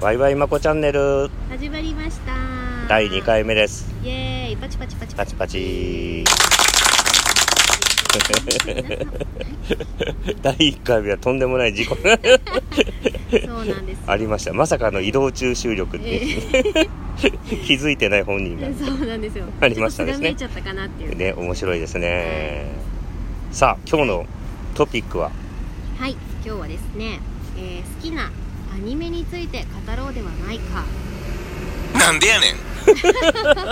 ワイワイまこチャンネル始まりました第2回目ですイエーイパチパチパチ パチパチ第1回目はとんでもない事故がそうなんですよ ありましたまさかの移動中収録っていう気づいてない本人が そうなんですよありましたですねちょっとすが見えちゃったかなっていうね面白いですねさあ今日のトピックははい今日はですね、えー好きなアニメについて語ろうではないか Nandinen.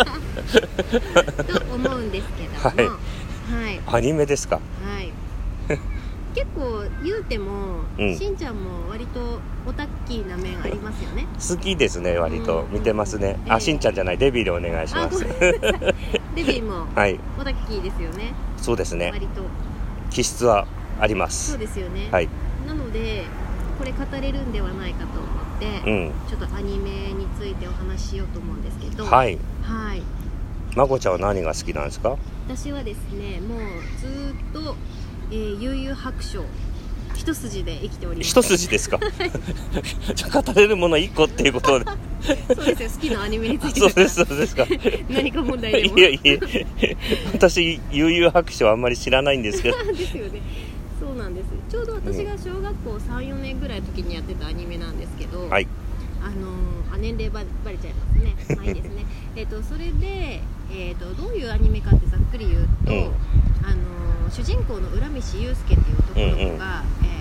と思うんですけどもはいはいアニメですかはい結構言うても、うんしんちゃんも割とオタッキーな面ありますよね好きですね割とうん見てますねえあえしんちゃんじゃないデビーでお願いしあまごめんすな さいデビーもはいオタッキーですよねそうですね割と気質はありまそうすですよね、はいなのでこれ語れるんではないかと思って、うんちょっとアニメについてお話ししようと思うんですけど、はいいはいまこちゃんは何が好きなんですか私はですねもうずーっと、えー悠々白書一筋で生きております一筋ですか じゃあ語れるもの一個っていうことでそうですよ好きなアニ メについて そうですそうですかい何か問題でもやいや私悠々白書あんまり知らないんですけどですよねそうなんですちょうど私が小学校34年ぐらいの時にやってたアニメなんですけど、はいあのーあ年齢ばバレちゃいますねまあいい ですねえっとそれで、えー、とどういうアニメかってざっくり言うと、うんあのー主人公の浦飯祐介っていう男の子が、えー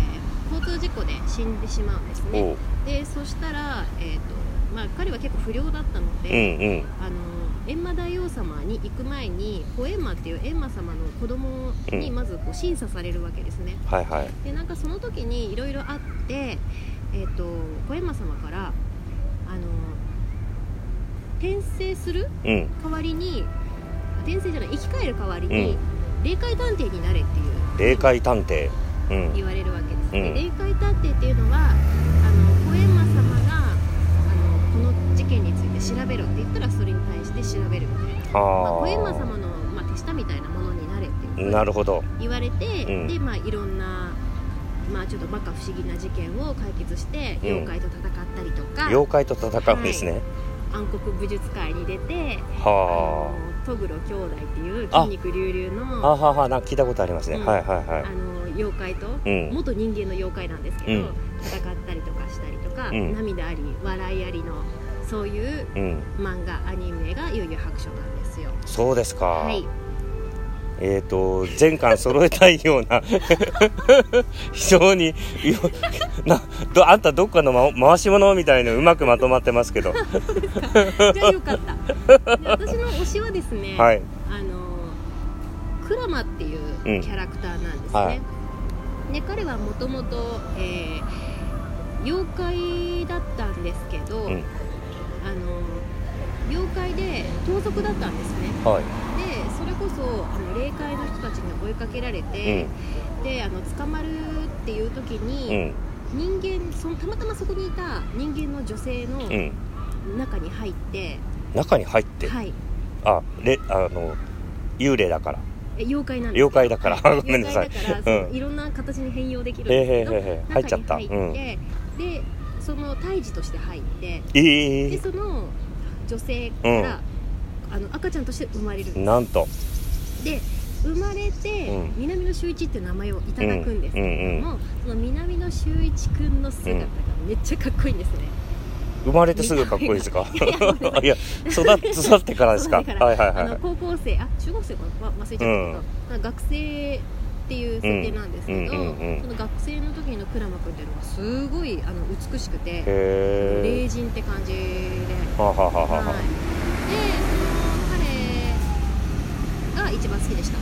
交通事故で死んでしまうんですおねうでそしたら、えーとまあ、彼は結構不良だったのうで、んうあんのー閻魔大王様に行く前に小閻魔っていう閻魔様の子供にうんまずこう審査されるわけですね、はいはいでなんかその時にいろいろあって、えー、と小山様からあの転生するうん代わりに転生じゃない生き返る代わりうにん霊界探偵になれっていう霊界探偵う言んわれるわけです、うんで霊界探偵っていうのはあの小山様があのこの事件について調べろって言ったらそれに対して調べるみたいな、まあ、小山は様の、まあ、手下みたいなものになれっていうあなるほど言われて、うんでまあいろんなまあちょっとバカ不思議な事件を解決してうん妖怪と戦ったりとか、妖怪と戦うんですね暗黒武術界に出てあはのトグロ兄弟っていうあ筋肉隆々あはのああはあはあなんか聞いたことありますねうんはいはいはいの妖怪と、うん元人間の妖怪なんですけど、うん戦ったりとかしたりとか、うん涙あり笑いありのそういううん漫画アニメが「悠々白書」なんですよ。そうですかはい、えー、と全巻揃えたいような 非常によ などあんたどっかのま回し物みたいのうまくまとまってますけどじゃあよかった。で私の推しはですね、 はいあのクラマっていううんキャラクターなんですね、はいで彼はもともとえー妖怪だったんですけど、うんあの妖怪で盗賊だったんですねはいでそれこそあの霊界の人たちに追いかけられて、であの捕まるっていう時うに、ん人間そのたまたまそこにいた人間の女性のうん中に入って、中に入って、はいあれあの幽霊だからえ妖怪なんです妖怪だから ごめんなさい妖怪だうから、そのんいろんな形に変容できるんへーですけへーど、へーへー入っちゃった中に入って、でその胎児として入ってでええその女性から、あの赤ちゃんとして生まれるんでなんとすで生まれて、うん南野周一っていう名前をいただくんですけうんうれどんうんも、その南野周一くんの姿がめっちゃかっこいいんです ね、生まれてすぐかっこいいですかいやいやごめんなさいいや育っ育ってからですか 育ってからはいはいあはのい高校生あ中学生かなわ忘れちゃったけど、なんか学生っていう設定なんですけど、うんうんうんうんその学生の時のクラマ君っていうのがすごいあの美しくてへ霊人って感じで、えはあはあはあはあはい、でその彼が一番好きでした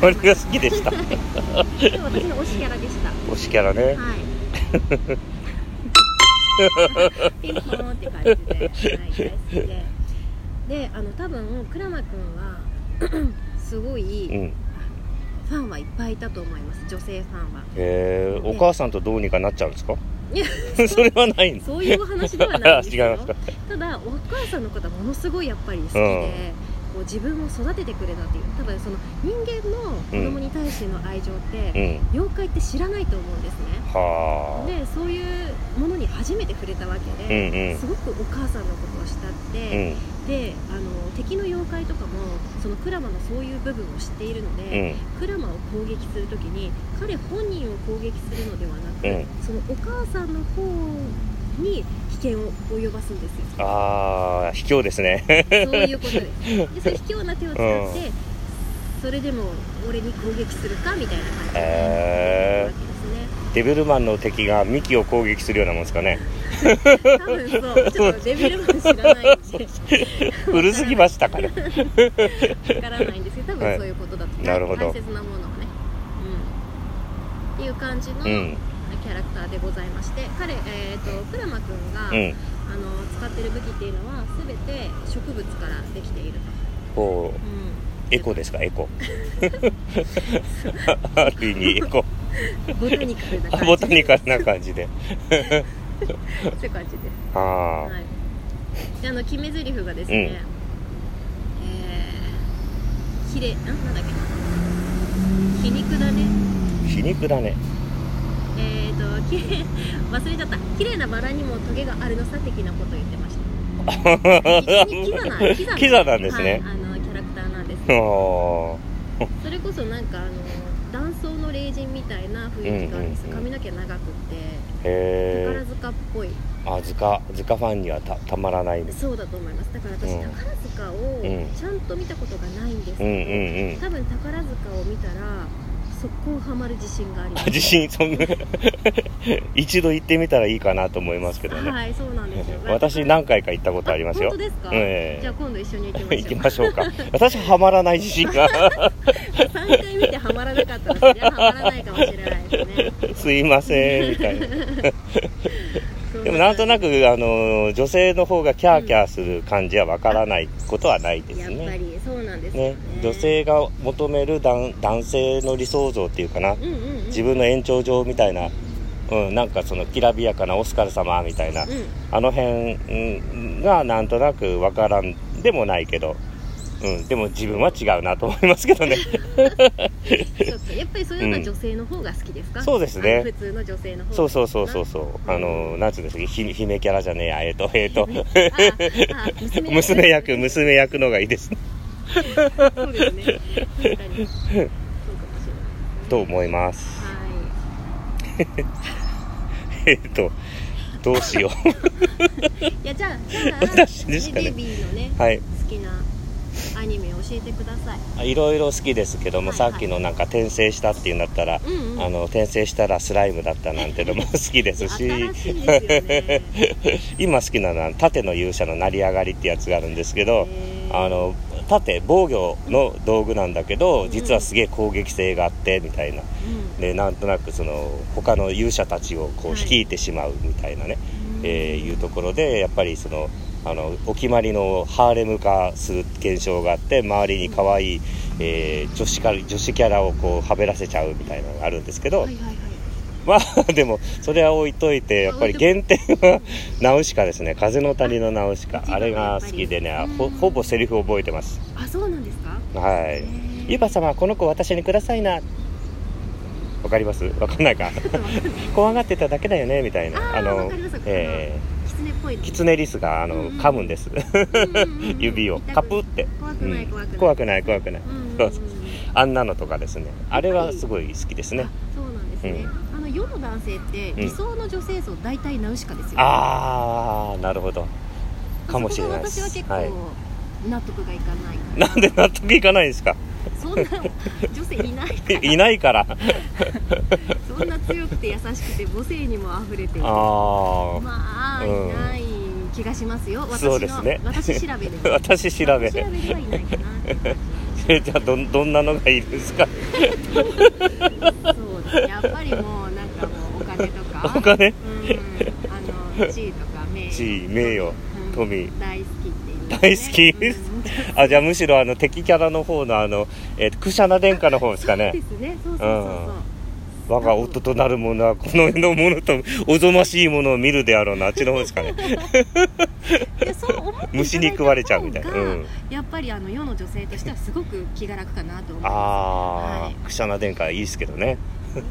これが好き でしたで私の推しキャラでした推しキャラねはいピンポーンって感じで、はい、大好きでであの多分クラマ君は すごい、うんファンはいっぱいいたと思います女性ファンはへえお母さんとどうにかなっちゃうんですかいやそれはないんです そういうお話ではないんですよ違いますかただお母さんの方ものすごいやっぱり好きで、ここう自分を育ててくれたっていう多分その人間の子供に対しての愛情って、うん妖怪って知らないと思うんですねはあでそういうものに初めて触れたわけうんで、うんすごくお母さんのことを慕って、うんであの敵の妖怪とかもそのクラマのそういう部分を知っているのうで、んクラマを攻撃するときに彼本人を攻撃するのではなく、うんそのお母さんの方に危険を及ばすんですよああ卑怯ですね そういうことですでそれ卑怯な手を使って、それでも俺に攻撃するかみたいな感じでやへるわデビルマンの敵がミキを攻撃するようなもんですかねけですね多分そうちょっとデビルマン知らないんで古すぎましたかねわからないんですけど多は分いそういうことだと、なるほど大切なものをね、うん、っていう感じのうキんャラクターでございまして、彼、えー、とクラマくんが、うんあの使ってる武器っていうのは全て植物からできていると、こううエコですかエコある意味エコん、ボタニカルな感じボタニカルな感じそでういう感じですあはい、であの決め台詞がですね、えー、ひれんなんだっけ皮肉だねあ皮肉だねえー、とき れい忘れちゃった綺麗なバラにもトゲがあるのさ的なこと言ってました キザなキザキザなんですねはい、あのキャラクターなんですあそれこそなんかあの断層の霊人みたいな雰囲気があるんですようんうん髪うの毛長くてーへ宝塚っぽいーあ塚塚ファンにはたたまらないですそうだと思いますだから私うん宝塚をんちゃんと見たことがないんですうんうんけうんど多分宝塚を見たら速攻ハマる自信がありま あす自信そんな一度行ってみたらいいかなと思いますけどねはいそうなんですよ 私何回か行ったことありますよ本当ですか、ええじゃあ今度一緒に行きましょう 行きましょうか私はまらない自信が3回見てハマらなかったらそりゃハマらないかもしれないですね すいませんみたいなでもなんとなくあの女性の方がキャーキャーする感じはわからないことはないですやっぱね。りそうなんですよねね、女性が求める男男性の理想像っていうかなうんうん、うん、自分の延長上みたいな、うん、なんかそのきらびやかなオスカル様みたいなうんあの辺うんがなんとなくわからんでもないけど、うん、でも自分は違うなと思いますけどねそっかやっぱりそういうのは女性の方が好きですか、うんそうですねあの普通の女性の方がそうそうそうそうそうあのなんつうんですかひ姫キャラじゃねえやえっ、とえっ、とああ娘娘役娘役の方がいいですねそうですね確かにそうかもしれないと思います。は えっと、どうしよう。いいやじゃあじ ゃあ私ですかねレデビーのね はい。好きなアニメを教えてくださいいろいろ好きですけども、はいはいさっきのなんか転生したっていうんだったら、うんうんあの、転生したらスライムだったなんてのも好きですし、新しいで すよね今好きなのは、盾の勇者の成り上がりってやつがあるんですけど、へーあの、盾、防御の道具なんだけうど、ん実はすげえ攻撃性があって、みたいな。うんで、なんとなくその、他の勇者たちをこう、はい率いてしまうみたいなね。うんえーいうところでやっぱりそのあのお決まりのハーレム化する現象があって周りに可愛い、えー女子から女子キャラをこうはべらせちゃうみたいなのがあるんですけど、はいはいはいまあ でもそれは置いといてやっぱり原点 はナウシカですね「風の谷のナウシカ」ああれが好きでねやっぱりほほぼセリフ覚えてますあそうなんですかはい「えゆば様この子私にくださいな」わかりますわかんな いか怖がってただけだよねみたいなあーわかりますわかりますえーキツネっぽいの キツネリスがあの、うんうん噛むんですうんうんうん指を痛くカプって怖くない怖くない、怖くない怖くない、うんうんうんそうそうあんなのとかですねあれはすごい好きですね、あそうなんですね、あの世の男性って理想の女性像大体ナウシカですよ、ああなるほどかもしれないでそこすが私は結はい構納得がいかないからなんで納得いかないんで すかそんな女性いないからいないからあそんな強くて優しくて母性にも溢れているあまあ、うんいない気がしますよ私のそうですね私調べでは私私調べ調べではいないかなって感じゃあどんどんなのがいるんですかじそうですねやっぱりもうなんかもうお金とかお金うんあの地位とか名誉地位名誉うん富大好きっていう、大 好きあじゃあむしろあの敵キャラの方のあの、えー、クシャナ殿下の方です かうん、そうねですねそうそうそうそう、我が夫となる者はこの世のものとおぞましいものを見るであろうなあっちの方ですかねでそう思っていただいた方が虫に食われちゃうみたいな、うん、やっぱりあの世の女性としてはすごく気が楽かなと思うあはいあ、くしゃな殿下いいですけどね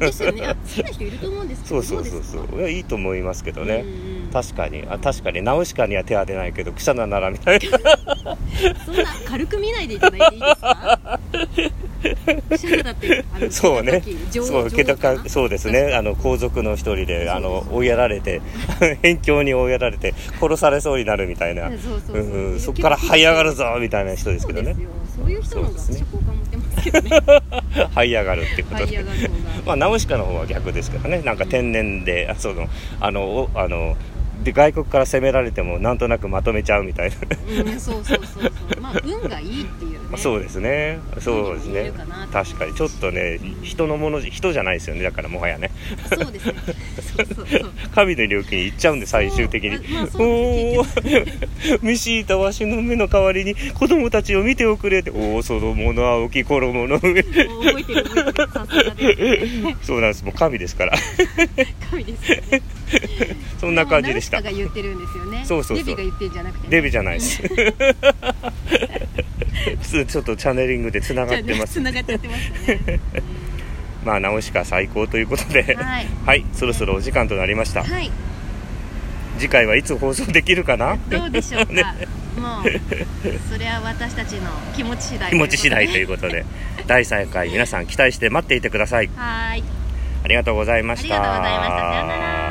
ですよねあ好きな人いると思うんですけそどう そうそうそどういやいいと思いますけどですかうね、んうん確かにあ確かにナウシカには手は出ないけどクシャナならみ たいなそんな軽く見ないでいただいていいですか記者だってあのそうね女王そうけ女王どかかなそうですねあの皇族の一人であそうのそう追いやられて 辺境に追いやられて殺されそうになるみたいなそうそうそううんうんそこから這い上がるぞみたいな人ですそけうどでねすよそういう人の方がそうで私すねは好感持ってますけどね這い上がるってこと這いで上がる方がまあナウシカの方は逆ですけどねなんか天然で、あそのあのおあので外国から攻められてもなんとなくまとめちゃうみたいな、うんそうそうそうそうまあ運がいいっていうね そうですねそうです言えねるかな確かにちょっとね人のもの人じゃないですよねだからもはやねそうですねそうそうそう神の領域に行っちゃうんで最終的にそうまあまあそうおお 見しいたわしの目の代わりに子供たちを見ておくれっておおその物は大きい 衣の上もう覚えてる覚えてるさすがですねそうなんですもう神ですから神ですよねそんな感じでしたナウシカが言ってるんですよねそうそうそうデビが言ってるんじゃなくてねデビじゃないです つちょっとチャネリングでつながってますつながってやってました ねまあ直しか最高ということではいはい、そろそろお時間となりましたはい次回はいつ放送できるかな どうでしょうか、もうそれは私たちの気持ち次第気持ち次第とといいううことで第3回皆さん期待して待っていてくださいことではーいありがとうございまあしりたがとうございましたさようなら